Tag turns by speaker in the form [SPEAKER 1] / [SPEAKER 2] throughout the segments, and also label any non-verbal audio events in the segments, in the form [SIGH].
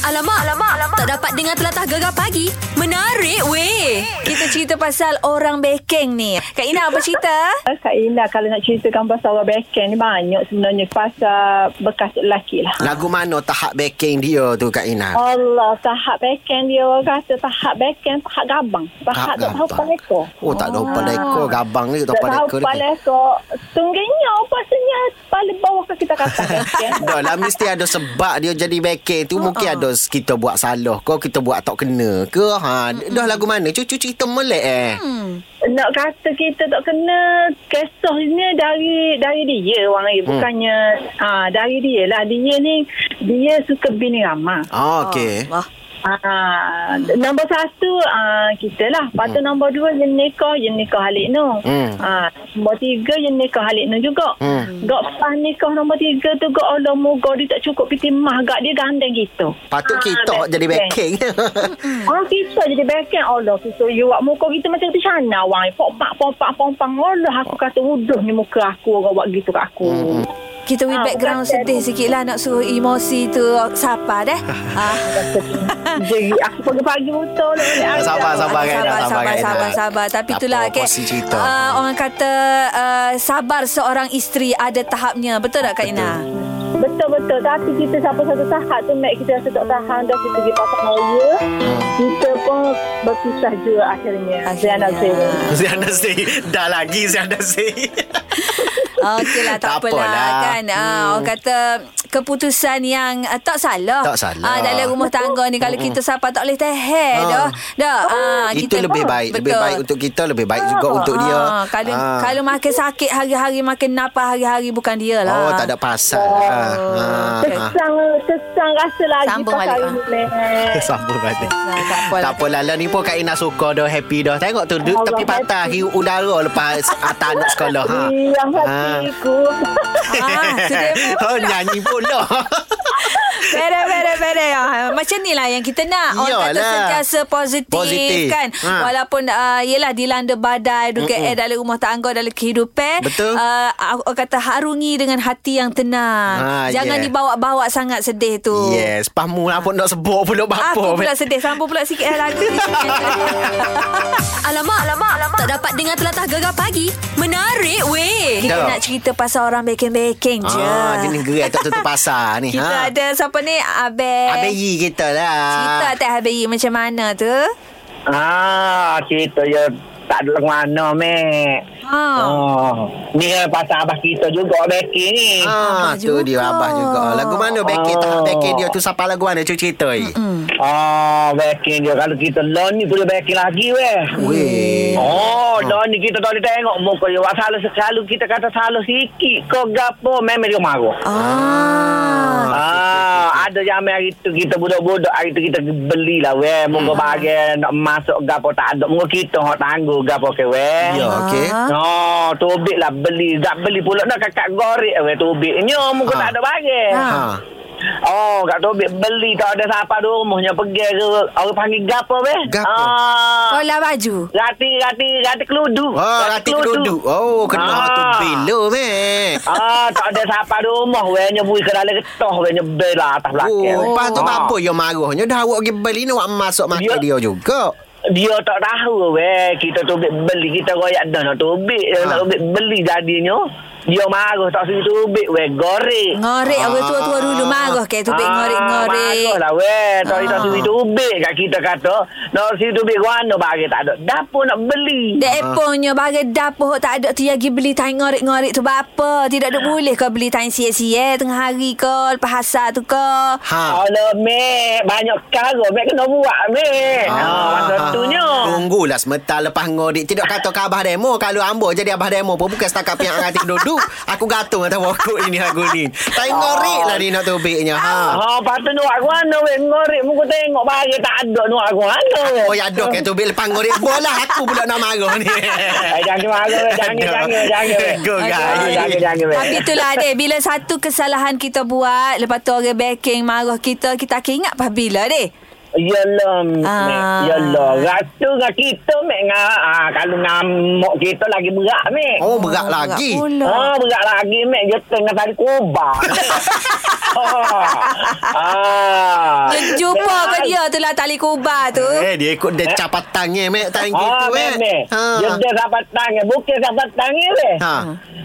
[SPEAKER 1] Alamak, alamak, alamak. Tak dapat dengar telatah gegar pagi. Menarik weh.
[SPEAKER 2] Kita cerita pasal orang backing ni. Kak Ina apa cerita?
[SPEAKER 3] Kak Ila kalau nak ceritakan pasal orang backhand ni banyak sebenarnya pasal bekas lelaki lah.
[SPEAKER 4] Lagu mana tahap backing dia tu Kak Ina?
[SPEAKER 2] Oh,
[SPEAKER 3] Allah, tahap backhand dia orang kata tahap backhand, tahap gabang. Tahap tak tahu
[SPEAKER 4] gabang.
[SPEAKER 3] kepala ekor.
[SPEAKER 4] Oh, tak tahu
[SPEAKER 2] Ah.
[SPEAKER 4] kepala ekor. Gabang ni tak
[SPEAKER 3] Tak
[SPEAKER 4] kepala
[SPEAKER 3] tahu
[SPEAKER 4] ekor.
[SPEAKER 3] kepala ekor. Tungginya pastinya kepala bawah ke kita kata backhand.
[SPEAKER 4] Dah lah mesti ada sebab dia jadi backing tu mungkin
[SPEAKER 2] Ah.
[SPEAKER 4] ada s- kita buat salah ke kita buat tak kena ke ha dah lagu mana cucu cerita melek eh
[SPEAKER 2] Hmm.
[SPEAKER 3] Nak kata kita tak kena kisahnya dari dari dia orang ni. Bukannya ah, dari dia lah. Dia ni, dia suka bini ramah.
[SPEAKER 4] ah okey
[SPEAKER 2] Oh, Wah.
[SPEAKER 3] Ah, nombor satu ah, kita lah. Lepas tu hmm. nombor dua yang nikah, yang nikah Halik Nur.
[SPEAKER 4] Hmm.
[SPEAKER 3] Ah, nombor tiga yang nikah Halik Nur juga.
[SPEAKER 4] Hmm.
[SPEAKER 3] Gak pas nikah nombor tiga tu gak Allah muka dia tak cukup piti mah gak dia gandeng gitu. Ah,
[SPEAKER 4] patut
[SPEAKER 2] Ah,
[SPEAKER 4] kita jadi backing [LAUGHS]
[SPEAKER 3] Orang kita Ah, jadi backing Allah kita you buat muka kita macam tu sana wang popak popak pompang Allah aku kata udah ni muka aku orang buat gitu kat aku. Hmm.
[SPEAKER 2] Kita with
[SPEAKER 3] Ah,
[SPEAKER 2] background
[SPEAKER 3] bukan
[SPEAKER 2] sedih sikit lah Nak suruh emosi tu Sapa
[SPEAKER 4] [LAUGHS]
[SPEAKER 2] dah ah.
[SPEAKER 3] Jadi Eh, aku pagi-pagi betul lah.
[SPEAKER 4] Sabar, sabar, Kak Ina,
[SPEAKER 2] sabar, sabar,
[SPEAKER 4] sabar, Kak Ina.
[SPEAKER 2] sabar, sabar. Tapi
[SPEAKER 4] Tak
[SPEAKER 2] itulah
[SPEAKER 4] apa, kongsi cerita.
[SPEAKER 2] ah, Orang kata uh, Sabar seorang isteri Ada tahapnya Betul tak Kak Ina?
[SPEAKER 3] Betul-betul Tapi kita sampai satu tahap tu Mak kita rasa tak tahan Dah kita pergi pasang raya Kita pun berpisah juga akhirnya Saya nak saya
[SPEAKER 4] Ziana Sri dah lagi Ziana Sri
[SPEAKER 2] Okey
[SPEAKER 4] [LAUGHS]
[SPEAKER 2] lah tak,
[SPEAKER 4] Tak
[SPEAKER 2] apalah,
[SPEAKER 4] apalah.
[SPEAKER 2] kan. Hmm. Ah, orang kata keputusan yang uh, tak salah.
[SPEAKER 4] Tak salah.
[SPEAKER 2] Ah,
[SPEAKER 4] Hmm.
[SPEAKER 2] dalam rumah tangga ni kalau kita sapa tak boleh teher
[SPEAKER 4] Ah. Oh.
[SPEAKER 2] dah. Dah. Ah,
[SPEAKER 4] itu
[SPEAKER 2] kita
[SPEAKER 4] lebih baik lebih baik untuk kita lebih baik juga untuk dia
[SPEAKER 2] Ah, kalau
[SPEAKER 4] Ah.
[SPEAKER 2] kalau makin sakit hari-hari makin napa hari-hari bukan dia lah. Oh.
[SPEAKER 4] oh tak ada pasal ha ha
[SPEAKER 3] Sesang Sesang rasa lagi
[SPEAKER 2] Sambung
[SPEAKER 3] pasal
[SPEAKER 2] balik,
[SPEAKER 3] ini,
[SPEAKER 4] Ah.
[SPEAKER 3] Mak.
[SPEAKER 4] [LAUGHS] Sambung balik
[SPEAKER 2] Ah, tak apalah.
[SPEAKER 4] Tak apa Lala ni pun Kak Ina suka dah happy dah Tengok tu duduk
[SPEAKER 3] Allah,
[SPEAKER 4] tepi patah Hiu udara lepas
[SPEAKER 2] [LAUGHS]
[SPEAKER 4] atas anak sekolah ha.
[SPEAKER 3] Hilang
[SPEAKER 4] Ah.
[SPEAKER 3] hatiku
[SPEAKER 2] Ah, tu
[SPEAKER 4] [LAUGHS]
[SPEAKER 2] dia memang
[SPEAKER 4] Oh nyanyi
[SPEAKER 2] [LAUGHS]
[SPEAKER 4] pula
[SPEAKER 2] Beres, beres, beres. Ah, Macam ni lah yang kita nak. Orang kata
[SPEAKER 4] Iyalah.
[SPEAKER 2] sentiasa positif,
[SPEAKER 4] Positif.
[SPEAKER 2] kan.
[SPEAKER 4] Ha.
[SPEAKER 2] Walaupun, uh, yelah, dilanda badai, duka air dalam rumah tangga, dalam kehidupan.
[SPEAKER 4] Betul.
[SPEAKER 2] Uh, orang kata harungi dengan hati yang tenang.
[SPEAKER 4] Ah,
[SPEAKER 2] Jangan
[SPEAKER 4] yeah.
[SPEAKER 2] dibawa-bawa sangat sedih tu.
[SPEAKER 4] Yes Pamu lah pun nak sebut pula bapa
[SPEAKER 2] Oh.
[SPEAKER 4] Ha,
[SPEAKER 2] Aku pula sedih. Sambung pula sikit eh, lagu
[SPEAKER 4] [LAUGHS]
[SPEAKER 2] ni.
[SPEAKER 1] Alamak, alamak, alamak. Tak dapat dengar telatah gegar pagi. Menarik weh.
[SPEAKER 2] Kita
[SPEAKER 4] Dah.
[SPEAKER 2] nak cerita pasal orang baking-baking je.
[SPEAKER 4] Ah, Dia negeri tak tutup pasar ni
[SPEAKER 2] Kita
[SPEAKER 4] ha.
[SPEAKER 2] ada siapa ni? Abel.
[SPEAKER 4] Abang Yi kita lah
[SPEAKER 2] Cerita atas Abel Yi macam mana tu?
[SPEAKER 5] Ah, cerita je tak ada mana, Mek.
[SPEAKER 2] Ha.
[SPEAKER 5] Oh. Ni kan pasal abah kita juga, Becky ni.
[SPEAKER 2] Abah
[SPEAKER 4] Ah, tu
[SPEAKER 2] juga.
[SPEAKER 4] dia abah juga. Lagu mana Becky tahap
[SPEAKER 5] Oh.
[SPEAKER 4] Becky dia tu siapa lagu mana tu eh? cerita ye.
[SPEAKER 2] Hmm.
[SPEAKER 5] Oh, Becky dia. Kalau kita loan ni boleh Becky lagi, weh.
[SPEAKER 4] Weh. Ah.
[SPEAKER 5] Oh, loan ni kita tak boleh tengok muka dia. Buat salah selalu kita kata salah sikit. Kau gapo, memang dia marah.
[SPEAKER 2] Ah.
[SPEAKER 5] Ah, ada yang ambil hari tu kita budak-budak hari tu kita belilah
[SPEAKER 4] Ah.
[SPEAKER 5] weh. Moga bagai nak masuk gapo tak ada. Moga kita hok tangguh gapo ke weh.
[SPEAKER 4] Ya, okey.
[SPEAKER 2] Ah.
[SPEAKER 5] No, tubik lah beli. Tak beli pula dah kakak gorek weh tubiknya. Muka
[SPEAKER 4] Ha.
[SPEAKER 5] tak ada bagai.
[SPEAKER 2] Ha.
[SPEAKER 4] Ha.
[SPEAKER 5] Oh, kat tubik beli tak ada siapa di rumahnya pergi ke orang panggil gapo weh.
[SPEAKER 4] Gapo?
[SPEAKER 5] Ah.
[SPEAKER 2] Kolah baju.
[SPEAKER 5] Rati, rati, rati keludu.
[SPEAKER 4] Oh, rati keludu. Oh, kena ah. tu bila meh.
[SPEAKER 5] Ah, tak ada siapa di rumah weh nyebui ke dalam getah weh nyebel lah atas belakang.
[SPEAKER 4] Oh,
[SPEAKER 5] weh.
[SPEAKER 4] lepas tu
[SPEAKER 5] Ah.
[SPEAKER 4] apa yang marahnya dah awak pergi beli nak masuk mata
[SPEAKER 5] Ya.
[SPEAKER 4] dia juga.
[SPEAKER 5] Dia tak tahu weh kita tubik beli kita royak dah nak tubik ha.
[SPEAKER 4] Ha.
[SPEAKER 5] nak tubik beli jadinya dia marah tak suruh tubik weh gorek
[SPEAKER 2] Ngorek
[SPEAKER 4] Ah.
[SPEAKER 2] orang tua-tua dulu marah ke tubik ngorek-ngorek.
[SPEAKER 5] Ah. Marah lah weh tak
[SPEAKER 2] Ah.
[SPEAKER 5] ha. suruh tubik kat kita kata nak suruh tubik mana bagi tak ada dapur nak beli
[SPEAKER 2] Dek punya bagai dapur tak ada tu lagi beli tai ngorek-ngorek tu bapa. Tidak
[SPEAKER 5] Ah.
[SPEAKER 2] ada boleh kau beli tai sia-sia tengah hari ke lepas hasar tu ke.
[SPEAKER 4] Ha.
[SPEAKER 5] Ah. Alah, Mek. Banyak kara. Mek kena buat, Mek.
[SPEAKER 2] Ah.
[SPEAKER 5] Ha, masa tu nya.
[SPEAKER 4] Tunggulah sementara lepas ngodik Tidak kata ke abah demo Kalau ambo jadi abah demo pun Bukan setakat pihak yang atik duduk Aku gatung atas pokok ini lagu ni Tak
[SPEAKER 5] Oh.
[SPEAKER 4] ngorik lah dia nak tubiknya
[SPEAKER 2] Ah.
[SPEAKER 4] ha.
[SPEAKER 5] Ha, patut nak ke mana, weh. Ngorek muka tengok bagi tak ada nak ke mana, weh.
[SPEAKER 4] Oh ya dok ke tubik lepas ngorik Bola aku pula nak marah ni
[SPEAKER 5] Eh, jangan marah, weh. Jangan, eh.
[SPEAKER 4] Aduh.
[SPEAKER 5] jangan, jangan, weh.
[SPEAKER 4] Go, guys.
[SPEAKER 5] Jangan, jangan, jangan, eh. weh.
[SPEAKER 2] Tapi itulah dek lah, Bila satu kesalahan kita buat Lepas tu orang backing marah kita Kita akan ingat pas bila dek
[SPEAKER 5] Yalah,
[SPEAKER 2] Ah.
[SPEAKER 5] Mek. Yalah. Ratu dengan kita, Mek. Nga, ah, kalau ngamuk kita lagi berat, Mek.
[SPEAKER 4] Oh berat
[SPEAKER 2] Marah
[SPEAKER 4] lagi
[SPEAKER 2] pula.
[SPEAKER 5] Ah, berat lagi, Mek. Dia
[SPEAKER 2] [LAUGHS]
[SPEAKER 5] tengah tadi kubah. [LAUGHS] Ah. Ah.
[SPEAKER 2] Keju dia tu lah tali kubah tu.
[SPEAKER 4] Eh, dia ikut dia capat tangan, Mek. Tangan
[SPEAKER 5] Ah,
[SPEAKER 4] kita, Mek.
[SPEAKER 5] meme.
[SPEAKER 4] Ha.
[SPEAKER 5] Dia dia rapat tangan. Bukan rapat tangan, weh.
[SPEAKER 4] Ha.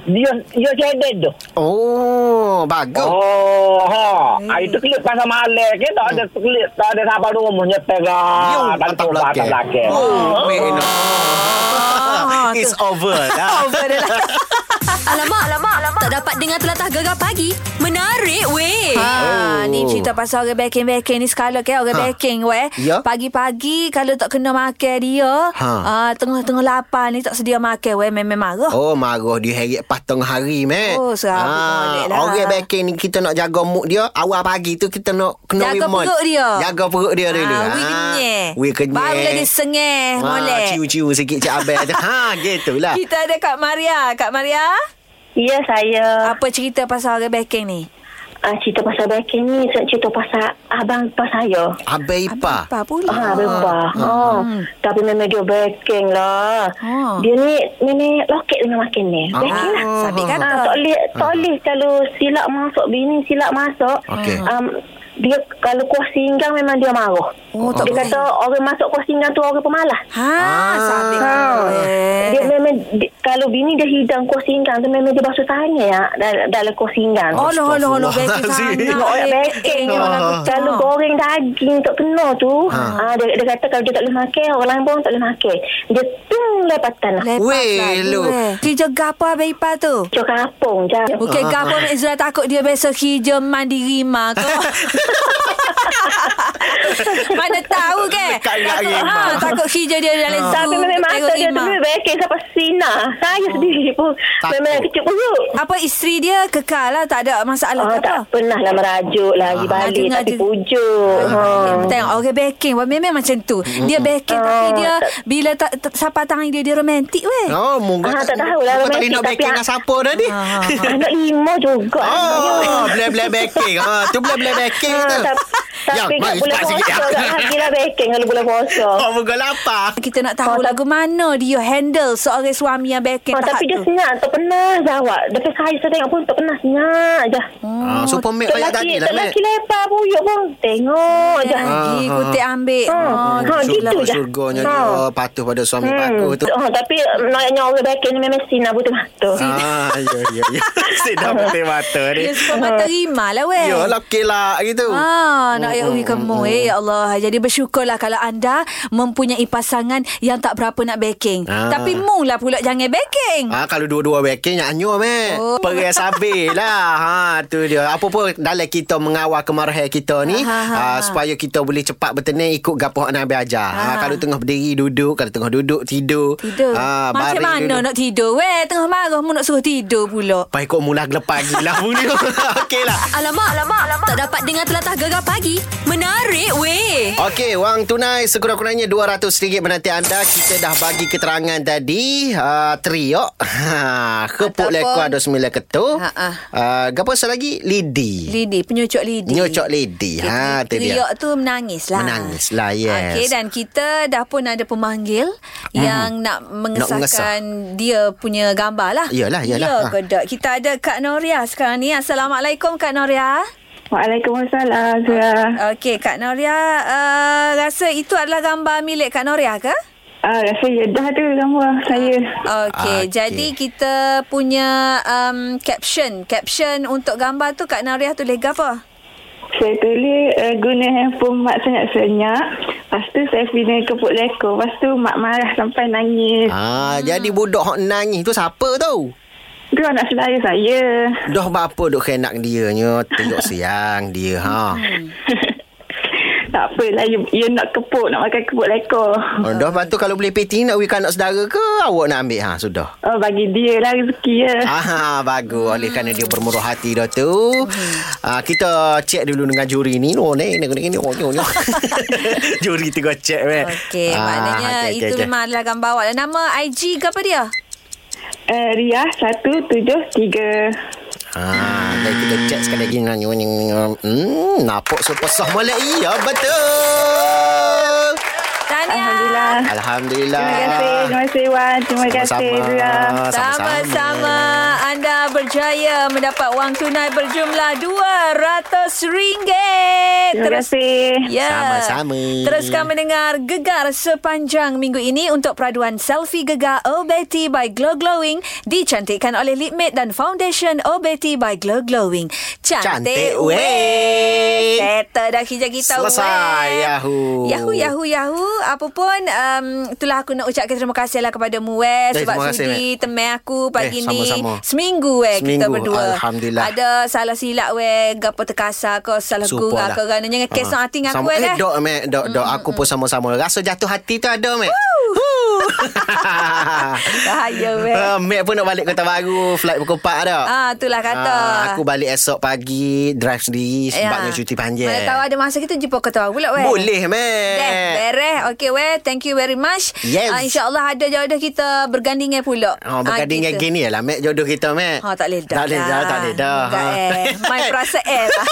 [SPEAKER 5] Dia dia cedek tu.
[SPEAKER 4] Oh, bagus.
[SPEAKER 5] Oh, ha. Hmm. Itu klip pasal malek ke tak ada klip, tak ada sabar rumahnya
[SPEAKER 4] Hmm. Yo,
[SPEAKER 5] Ah, terang. Kan
[SPEAKER 4] mantap belakang.
[SPEAKER 5] lah, belakang.
[SPEAKER 4] Oh, Mek. no. [LAUGHS]
[SPEAKER 2] Ah,
[SPEAKER 4] It's over
[SPEAKER 2] [LAUGHS]
[SPEAKER 4] dah.
[SPEAKER 2] Over dah lah. [LAUGHS]
[SPEAKER 6] Alamak, alamak, alamak. Tak dapat dengar telatah gegar pagi. Menarik weh.
[SPEAKER 2] Ha,
[SPEAKER 4] Oh.
[SPEAKER 2] ni cerita pasal orang backing-backing ni sekala ke orang
[SPEAKER 4] Ha.
[SPEAKER 2] backing weh.
[SPEAKER 4] Ya.
[SPEAKER 2] Pagi-pagi kalau tak kena makan dia,
[SPEAKER 4] Ha.
[SPEAKER 2] ah, tengah-tengah lapar ni tak sedia makan weh memang marah.
[SPEAKER 4] Oh marah dia heret patang hari Mek
[SPEAKER 2] Oh, serabut balik lah.
[SPEAKER 4] Orang backing ni Kita nak jaga mood dia Awal pagi tu Kita nak kena
[SPEAKER 2] Jaga
[SPEAKER 4] remind.
[SPEAKER 2] perut dia.
[SPEAKER 4] Jaga perut dia
[SPEAKER 2] Ah,
[SPEAKER 4] dulu
[SPEAKER 2] we
[SPEAKER 4] Ah,
[SPEAKER 2] kenyek.
[SPEAKER 4] We kenyek
[SPEAKER 2] Baru lagi sengih,
[SPEAKER 4] Ah,
[SPEAKER 2] molek.
[SPEAKER 4] Ciu-ciu sikit Cik
[SPEAKER 2] [LAUGHS]
[SPEAKER 4] Abel Ha gitulah
[SPEAKER 2] Kita ada Kak Maria. Kak Maria,
[SPEAKER 3] [LAUGHS] Ya saya
[SPEAKER 2] apa cerita pasal orang backing ni?
[SPEAKER 3] uh, cerita pasal baking ni saya cerita pasal abang ipar saya.
[SPEAKER 4] Abel Ipa
[SPEAKER 2] Apa pula?
[SPEAKER 3] Ah, berubah. Ha.
[SPEAKER 2] Hmm.
[SPEAKER 3] Tapi memang dia baking lah.
[SPEAKER 2] Ha.
[SPEAKER 3] Dia ni memang loket dengan makan ni.
[SPEAKER 4] Ah.
[SPEAKER 3] Baking lah.
[SPEAKER 2] Ah, sabit kata.
[SPEAKER 3] Ah, tak boleh, tak boleh kalau silap masuk bini silap masuk.
[SPEAKER 4] Okey.
[SPEAKER 3] Um, dia kalau kuah singgang memang dia marah.
[SPEAKER 2] Oh, tak boleh.
[SPEAKER 3] dia kata orang masuk kuah singgang tu orang pemalas.
[SPEAKER 2] Ha,
[SPEAKER 4] Ah.
[SPEAKER 2] sabit eh.
[SPEAKER 3] Ha.
[SPEAKER 2] kata weh.
[SPEAKER 3] Dia memang di, kalau bini dia hidang kuah singgang tu memang dia basuh tangan ya, dalam, dalam kuah singgang.
[SPEAKER 2] Oh, loh, loh, loh, backing sangat. eh.
[SPEAKER 4] Astaghfirullahalazim.
[SPEAKER 3] Nak orang backing
[SPEAKER 2] Backing Oh, orang
[SPEAKER 4] Ah.
[SPEAKER 2] aku
[SPEAKER 3] Kalau
[SPEAKER 2] tahu.
[SPEAKER 3] goreng daging tak kena tu ha. dia, dia kata kalau dia tak boleh makan Orang lain pun tak boleh makan Dia tung lepas tanah
[SPEAKER 2] Lepas
[SPEAKER 4] Weh,
[SPEAKER 2] lagi,
[SPEAKER 4] lu.
[SPEAKER 2] weh. Kerja gapo Abang Ipah tu?
[SPEAKER 3] Cuk kapung je
[SPEAKER 2] Bukan
[SPEAKER 4] Ah.
[SPEAKER 2] gapo Mek Zura takut dia besok kerja mandiri mah
[SPEAKER 4] [LAUGHS]
[SPEAKER 2] kau. Mana tahu ke?
[SPEAKER 4] Dekat Ah. dengan
[SPEAKER 2] Takut-
[SPEAKER 4] Rimah.
[SPEAKER 2] ha, takut kerja dia dalam zoo.
[SPEAKER 3] Tapi memang mata
[SPEAKER 2] tengok
[SPEAKER 3] dia tu
[SPEAKER 2] Rimah.
[SPEAKER 3] memang backing Sampai sina Saya sendiri pun
[SPEAKER 4] Oh. Takut.
[SPEAKER 3] Memang kecil perut
[SPEAKER 2] Apa isteri dia kekal lah tak ada masalah
[SPEAKER 3] Oh,
[SPEAKER 2] ke apa?
[SPEAKER 3] tak pernah lah merajuk lagi
[SPEAKER 4] Ah,
[SPEAKER 3] balik
[SPEAKER 2] Dengar
[SPEAKER 3] tapi
[SPEAKER 2] dia-
[SPEAKER 3] pujuk. Ha.
[SPEAKER 2] Tengok orang baking wah, Memang macam tu Dia baking Tapi
[SPEAKER 3] Oh,
[SPEAKER 2] dia
[SPEAKER 3] tak-
[SPEAKER 2] Bila tak, tak sapa tangan dia Dia romantik weh
[SPEAKER 4] Oh, mungkin
[SPEAKER 3] Ah, tak tahulah
[SPEAKER 4] Kau tak boleh
[SPEAKER 3] romantik,
[SPEAKER 4] nak
[SPEAKER 3] tapi
[SPEAKER 4] backing
[SPEAKER 3] ah-
[SPEAKER 4] dengan siapa tadi?
[SPEAKER 3] [LAUGHS] Anak lima juga. Ah,
[SPEAKER 2] ah.
[SPEAKER 4] Oh, bleh-bleh backing. Ah, tu bleh-bleh backing
[SPEAKER 3] Ha,
[SPEAKER 4] tu.
[SPEAKER 3] tap-
[SPEAKER 4] Yang
[SPEAKER 3] tapi
[SPEAKER 4] mak
[SPEAKER 3] tak
[SPEAKER 4] you
[SPEAKER 3] boleh
[SPEAKER 4] cepat Ya, sikit.
[SPEAKER 3] puasa. Tak bahagialah backing kalau boleh puasa.
[SPEAKER 4] Oh, muka lapar.
[SPEAKER 2] Kita nak tahu
[SPEAKER 3] Oh, tak-
[SPEAKER 2] lagu mana Dia handle Seorang suami yang baking
[SPEAKER 3] Ha, tapi dia
[SPEAKER 2] tu.
[SPEAKER 3] senyap. Tak pernah jawab. Depan saya saya tengok pun tak pernah senyap je.
[SPEAKER 4] Ah, super mate
[SPEAKER 3] Tak
[SPEAKER 4] kayak tadi
[SPEAKER 3] lelaki,
[SPEAKER 4] lah,
[SPEAKER 3] tak
[SPEAKER 4] Mek.
[SPEAKER 3] lelaki lepak puyuk pun. Tengok je.
[SPEAKER 4] Ah,
[SPEAKER 2] Lagi
[SPEAKER 4] ah,
[SPEAKER 2] kutip ambil
[SPEAKER 3] Ah,
[SPEAKER 4] Ha,
[SPEAKER 2] Oh,
[SPEAKER 3] ah,
[SPEAKER 2] gitu
[SPEAKER 3] gitu
[SPEAKER 2] lah.
[SPEAKER 3] je.
[SPEAKER 4] Surganya
[SPEAKER 3] Ha.
[SPEAKER 4] dia patuh pada suami bagus [LAUGHS] tu.
[SPEAKER 3] Oh, tapi naknya orang backing ni memang sinar betul-betul.
[SPEAKER 4] Ah, ya, ya, [LAUGHS] ya. Sedap betul mata ni.
[SPEAKER 2] Dia suka
[SPEAKER 3] Ah.
[SPEAKER 2] mata rima lah weh
[SPEAKER 4] Ya, okey lah gitu.
[SPEAKER 2] Ah, nak ya uwi kamu eh, ya Allah. Jadi bersyukurlah kalau anda mempunyai pasangan yang tak berapa nak baking.
[SPEAKER 4] Ah.
[SPEAKER 2] Tapi mu lah pula jangan baking.
[SPEAKER 4] Ha, kalau dua-dua backing nyanyo meh.
[SPEAKER 2] Oh.
[SPEAKER 4] Oh. Pergi sabir lah. [LAUGHS] Ha tu dia. Apa pun dalam kita mengawal kemarahan kita
[SPEAKER 2] Ha,
[SPEAKER 4] ni
[SPEAKER 2] ha, ha.
[SPEAKER 4] ha, supaya kita boleh cepat bertenang ikut gapo hak Nabi ajar. Ha.
[SPEAKER 2] Ha.
[SPEAKER 4] kalau tengah berdiri duduk, kalau tengah duduk tidur.
[SPEAKER 2] Tidur.
[SPEAKER 4] Ha
[SPEAKER 2] Macam mana nak tidur weh? Tengah marah mu nak suruh tidur pula.
[SPEAKER 4] Pai kau mula gelap pagi lah pun dia. [LAUGHS] Okey lah.
[SPEAKER 6] Alamak, alamak, alamak. Tak dapat dengar telatah gegar pagi. Menarik weh.
[SPEAKER 4] Okey, wang tunai sekurang-kurangnya RM200 menanti anda. Kita dah bagi keterangan tadi. Uh, teriak. [LAUGHS] Ha,
[SPEAKER 2] Ataupun-
[SPEAKER 4] kepuk leko ada sembilan ketu.
[SPEAKER 2] Ha, ha.
[SPEAKER 4] Uh, gapo lagi? Lidi.
[SPEAKER 2] Lidi, penyucuk lidi.
[SPEAKER 4] Nyocok lidi. Ha, tu dia.
[SPEAKER 2] Riok tu menangis lah.
[SPEAKER 4] Menangis lah, yes. Hmm.
[SPEAKER 2] Okey, dan kita dah pun ada pemanggil yang nak mengesahkan dia punya gambar lah.
[SPEAKER 4] Yalah, yalah.
[SPEAKER 2] Ya,
[SPEAKER 4] Ha.
[SPEAKER 2] ke tak? Kita ada Kak Noria sekarang ni. Assalamualaikum Kak Noria.
[SPEAKER 3] Waalaikumsalam, Zura.
[SPEAKER 2] Okey, Kak Noria, uh, rasa itu adalah gambar milik Kak Noria ke?
[SPEAKER 3] Ah, rasa ya dah tu gambar saya.
[SPEAKER 2] Okey,
[SPEAKER 4] Okey.
[SPEAKER 2] jadi kita punya um, caption. Caption untuk gambar tu Kak Noria tulis apa?
[SPEAKER 3] Saya tulis uh, guna handphone mak senyap-senyap. Lepas tu saya pindah ke Puk Leko. Lepas tu mak marah sampai
[SPEAKER 2] Hmm.
[SPEAKER 3] nangis.
[SPEAKER 4] Ah, jadi budak hok nangis tu siapa tu?
[SPEAKER 3] Dia anak saudara saya.
[SPEAKER 4] Dah berapa duk kenak dia nya, tengok siang dia ha.
[SPEAKER 2] Hmm.
[SPEAKER 3] tak apalah, you, you nak kepuk, nak makan kepuk Leko.
[SPEAKER 4] Oh, dah patu kalau boleh peti nak wik anak saudara ke awak nak ambil ha sudah.
[SPEAKER 3] Oh, bagi dia lah rezeki ya.
[SPEAKER 4] Ah, bagus oleh kerana dia bermurah hati dah tu.
[SPEAKER 2] Hmm.
[SPEAKER 4] Ah, kita cek dulu dengan juri ni. Oh, ni ni ni ni. Oh, ni,
[SPEAKER 2] [LAUGHS]
[SPEAKER 4] ni. Juri tengok cek weh.
[SPEAKER 2] Okey, maknanya
[SPEAKER 4] Ah, okey,
[SPEAKER 2] itu
[SPEAKER 4] okey, okey.
[SPEAKER 2] memang adalah gambar awak. Nama IG ke apa dia?
[SPEAKER 3] Uh, Riah 173.
[SPEAKER 4] Ah, dan kita cek sekali lagi dengan Hmm, nampak super sah molek. Ya, betul.
[SPEAKER 2] Dan Tahniah.
[SPEAKER 7] Alhamdulillah.
[SPEAKER 4] Alhamdulillah.
[SPEAKER 7] Terima kasih. Terima kasih Wan. Terima kasih Zura.
[SPEAKER 4] Sama-sama.
[SPEAKER 2] Sama-sama anda berjaya mendapat wang tunai berjumlah RM200.
[SPEAKER 7] Terima kasih.
[SPEAKER 2] Ya.
[SPEAKER 4] Sama-sama.
[SPEAKER 2] Teruskan mendengar Gegar sepanjang minggu ini untuk peraduan selfie Gegar Oh Betty by Glow Glowing dicantikkan oleh Lip Made dan Foundation Oh Betty by Glow Glowing. Cantik,
[SPEAKER 4] Cantik
[SPEAKER 2] weh.
[SPEAKER 4] weh.
[SPEAKER 2] Settle dah kerja kita
[SPEAKER 4] Selesai,
[SPEAKER 2] weh.
[SPEAKER 4] Yahoo.
[SPEAKER 2] Yahoo Yahoo Yahoo apa pun um, itulah aku nak ucapkan terima kasihlah kepada mu weh
[SPEAKER 4] Eh,
[SPEAKER 2] sebab
[SPEAKER 4] terima kasih,
[SPEAKER 2] sudi teman aku pagi
[SPEAKER 4] Eh,
[SPEAKER 2] ni
[SPEAKER 4] sama-sama.
[SPEAKER 2] seminggu weh kita
[SPEAKER 4] Seminggu,
[SPEAKER 2] berdua.
[SPEAKER 4] Alhamdulillah.
[SPEAKER 2] Ada salah silap weh gapo terkasar ke salah
[SPEAKER 4] Support
[SPEAKER 2] kurang
[SPEAKER 4] lah.
[SPEAKER 2] ke kerana jangan kes
[SPEAKER 4] Ah.
[SPEAKER 2] hati dengan aku
[SPEAKER 4] Sama-
[SPEAKER 2] eh.
[SPEAKER 4] Eh, dok, Mek. Dok, dok. Aku pun sama-sama. Rasa jatuh hati tu ada, Mek. [LAUGHS]
[SPEAKER 2] Bahaya weh.
[SPEAKER 4] Uh, Mek pun nak balik Kota Baru Flight pukul 4 dah
[SPEAKER 2] Ah, itulah kata.
[SPEAKER 4] Ah, Aku balik esok pagi Drive sendiri Sebabnya
[SPEAKER 2] Ya.
[SPEAKER 4] cuti panjang
[SPEAKER 2] Mana tahu ada masa kita jumpa kau tahu pula weh.
[SPEAKER 4] Boleh Mek
[SPEAKER 2] Deh, bereh. Okey weh, thank you very much.
[SPEAKER 4] Yes.
[SPEAKER 2] Ah, InsyaAllah ada jodoh kita bergandingan pula.
[SPEAKER 4] Oh, bergading
[SPEAKER 2] Ah,
[SPEAKER 4] dengan
[SPEAKER 2] kita.
[SPEAKER 4] gini lah, Mek. Jodoh kita, Mek.
[SPEAKER 2] Ha, tak boleh dah.
[SPEAKER 4] Tak boleh dah, tak Ha. boleh dah.
[SPEAKER 2] Tak eh.
[SPEAKER 4] [LAUGHS]
[SPEAKER 2] Main perasaan eh lah.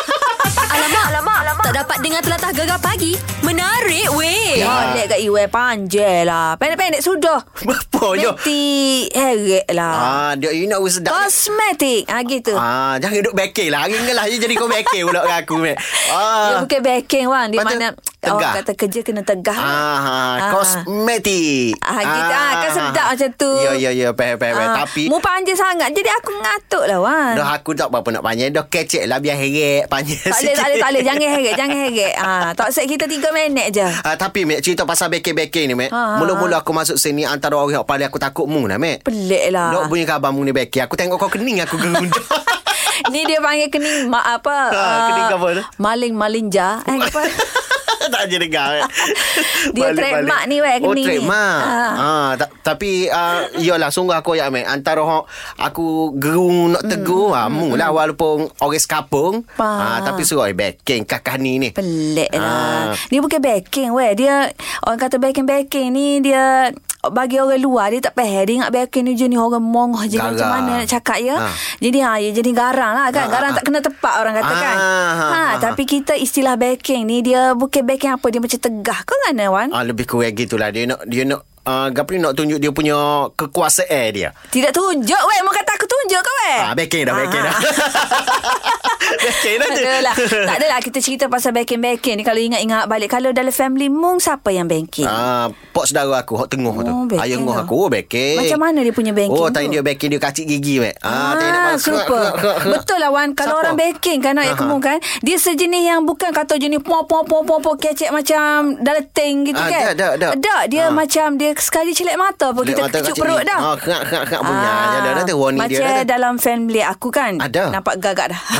[SPEAKER 1] Alamak, alamak, alamak. Tak dapat dengar telatah gegar pagi. Menarik weh.
[SPEAKER 2] Ya. Lek kat Iwe panjang lah. Pendek-pendek sudah.
[SPEAKER 4] Apa je?
[SPEAKER 2] Nanti heret lah.
[SPEAKER 4] Oh, Ah, dia you know sedap.
[SPEAKER 2] Kosmetik. Ha gitu.
[SPEAKER 4] Ah, jangan duduk bekil lah. Hari ni lah you jadi kau bekil pula dengan aku, Mek.
[SPEAKER 2] Dia Ya,
[SPEAKER 4] Ah.
[SPEAKER 2] bukan backing Wan Dia
[SPEAKER 4] Lepas tu,
[SPEAKER 2] mana
[SPEAKER 4] tegah.
[SPEAKER 2] Orang kata kerja kena tegah lah.
[SPEAKER 4] Ah, ah, kosmetik.
[SPEAKER 2] Ah, gitu. Ah, kan sedap macam tu.
[SPEAKER 4] Ya, ya, ya. Peh, peh, peh. Tapi,
[SPEAKER 2] Mu panjang Ah, sangat Jadi aku ngatuk lah Wan
[SPEAKER 4] dah aku tak apa nak panjang. Dah kecek lah biar heret panjang
[SPEAKER 2] Tak boleh,
[SPEAKER 4] sikit.
[SPEAKER 2] tak boleh, tak boleh. Jangan heret, jangan heret. Ha, tak set kita tiga minit je.
[SPEAKER 4] Ah, tapi Mek cerita pasal backing-backing ni Mek
[SPEAKER 2] Ha, ha,
[SPEAKER 4] Mula-mula aku masuk sini Antara orang yang paling aku takut mu lah Mek
[SPEAKER 2] Pelik lah.
[SPEAKER 4] Dok bunyi khabar mu ni backing Aku tengok kau kening aku
[SPEAKER 2] [LAUGHS]
[SPEAKER 4] gerundah
[SPEAKER 2] Ni dia panggil kening ma, apa?
[SPEAKER 4] Ha,
[SPEAKER 2] ah,
[SPEAKER 4] kening apa tu?
[SPEAKER 2] Maling-malinja. Eh, apa?
[SPEAKER 4] [LAUGHS] tak je dengar eh.
[SPEAKER 2] Dia trademark ni, weh,
[SPEAKER 4] Oh
[SPEAKER 2] ni.
[SPEAKER 4] trademark
[SPEAKER 2] Ha.
[SPEAKER 4] ha. ta- Tapi uh, Yalah sungguh aku ya Mek Antara orang Aku gerung nak tegur hmm. Amu lah Walaupun orang sekapung
[SPEAKER 2] Pa.
[SPEAKER 4] ha, Tapi suruh eh, backing kakak ni ni
[SPEAKER 2] Pelik lah.
[SPEAKER 4] Ah.
[SPEAKER 2] Ni bukan backing weh. Dia, orang kata backing-backing ni dia bagi orang luar dia tak faham dia ingat backing ni jenis orang mongoh je
[SPEAKER 4] Garang.
[SPEAKER 2] macam mana nak cakap ya
[SPEAKER 4] Ha.
[SPEAKER 2] jadi ha ya jadi garang lah kan
[SPEAKER 4] Ha, ha,
[SPEAKER 2] garang
[SPEAKER 4] ha.
[SPEAKER 2] tak kena tepat orang kata kan
[SPEAKER 4] Ah, ha,
[SPEAKER 2] ha,
[SPEAKER 4] ha, ha.
[SPEAKER 2] tapi kita istilah backing ni dia bukan backing apa dia macam tegah kau kan Wan
[SPEAKER 4] Ah lebih kurang gitulah dia nak dia nak uh, Gapri nak tunjuk dia punya kekuasaan dia.
[SPEAKER 2] Tidak tunjuk weh. Mau kata aku tunjuk ke weh?
[SPEAKER 4] Ah lah. backing dah backing dah. [LAUGHS] backing dah. tu.
[SPEAKER 2] Tak adalah. lah. tak adalah kita cerita pasal backing-backing ni. Kalau ingat-ingat balik. Kalau dalam family mung siapa yang backing?
[SPEAKER 4] Ah, pok saudara aku hok tengah tu.
[SPEAKER 2] Eh. Oh, backing
[SPEAKER 4] Ayah ngoh
[SPEAKER 2] tu.
[SPEAKER 4] aku oh, backing.
[SPEAKER 2] Macam mana dia punya backing
[SPEAKER 4] Oh,
[SPEAKER 2] tu?
[SPEAKER 4] tanya dia backing dia kacik gigi wek. Ah, tanya dia
[SPEAKER 2] Ah,
[SPEAKER 4] baru kerak,
[SPEAKER 2] super.
[SPEAKER 4] kerak, kerak, kerak.
[SPEAKER 2] Betul lah Wan. Kalau
[SPEAKER 4] Siapa?
[SPEAKER 2] orang backing kan nak
[SPEAKER 4] Ah,
[SPEAKER 2] kemung
[SPEAKER 4] ah.
[SPEAKER 2] kan. Dia sejenis yang bukan kata jenis pom pom pom pom pom kecek macam dalam tank gitu
[SPEAKER 4] Ah,
[SPEAKER 2] kan.
[SPEAKER 4] dah, dah, dah.
[SPEAKER 2] Tak, dia
[SPEAKER 4] Ah.
[SPEAKER 2] macam dia sekali celik mata pun
[SPEAKER 4] Lek
[SPEAKER 2] kita
[SPEAKER 4] mata
[SPEAKER 2] kecup
[SPEAKER 4] kacik
[SPEAKER 2] perut
[SPEAKER 4] gigi.
[SPEAKER 2] dah.
[SPEAKER 4] Ah, kerak kerak kerak punya.
[SPEAKER 2] Ah,
[SPEAKER 4] Ada dah tu warning dia
[SPEAKER 2] Macam
[SPEAKER 4] dah. tu.
[SPEAKER 2] dalam family aku kan
[SPEAKER 4] Ada. Ah.
[SPEAKER 2] Nampak gagak dah [LAUGHS]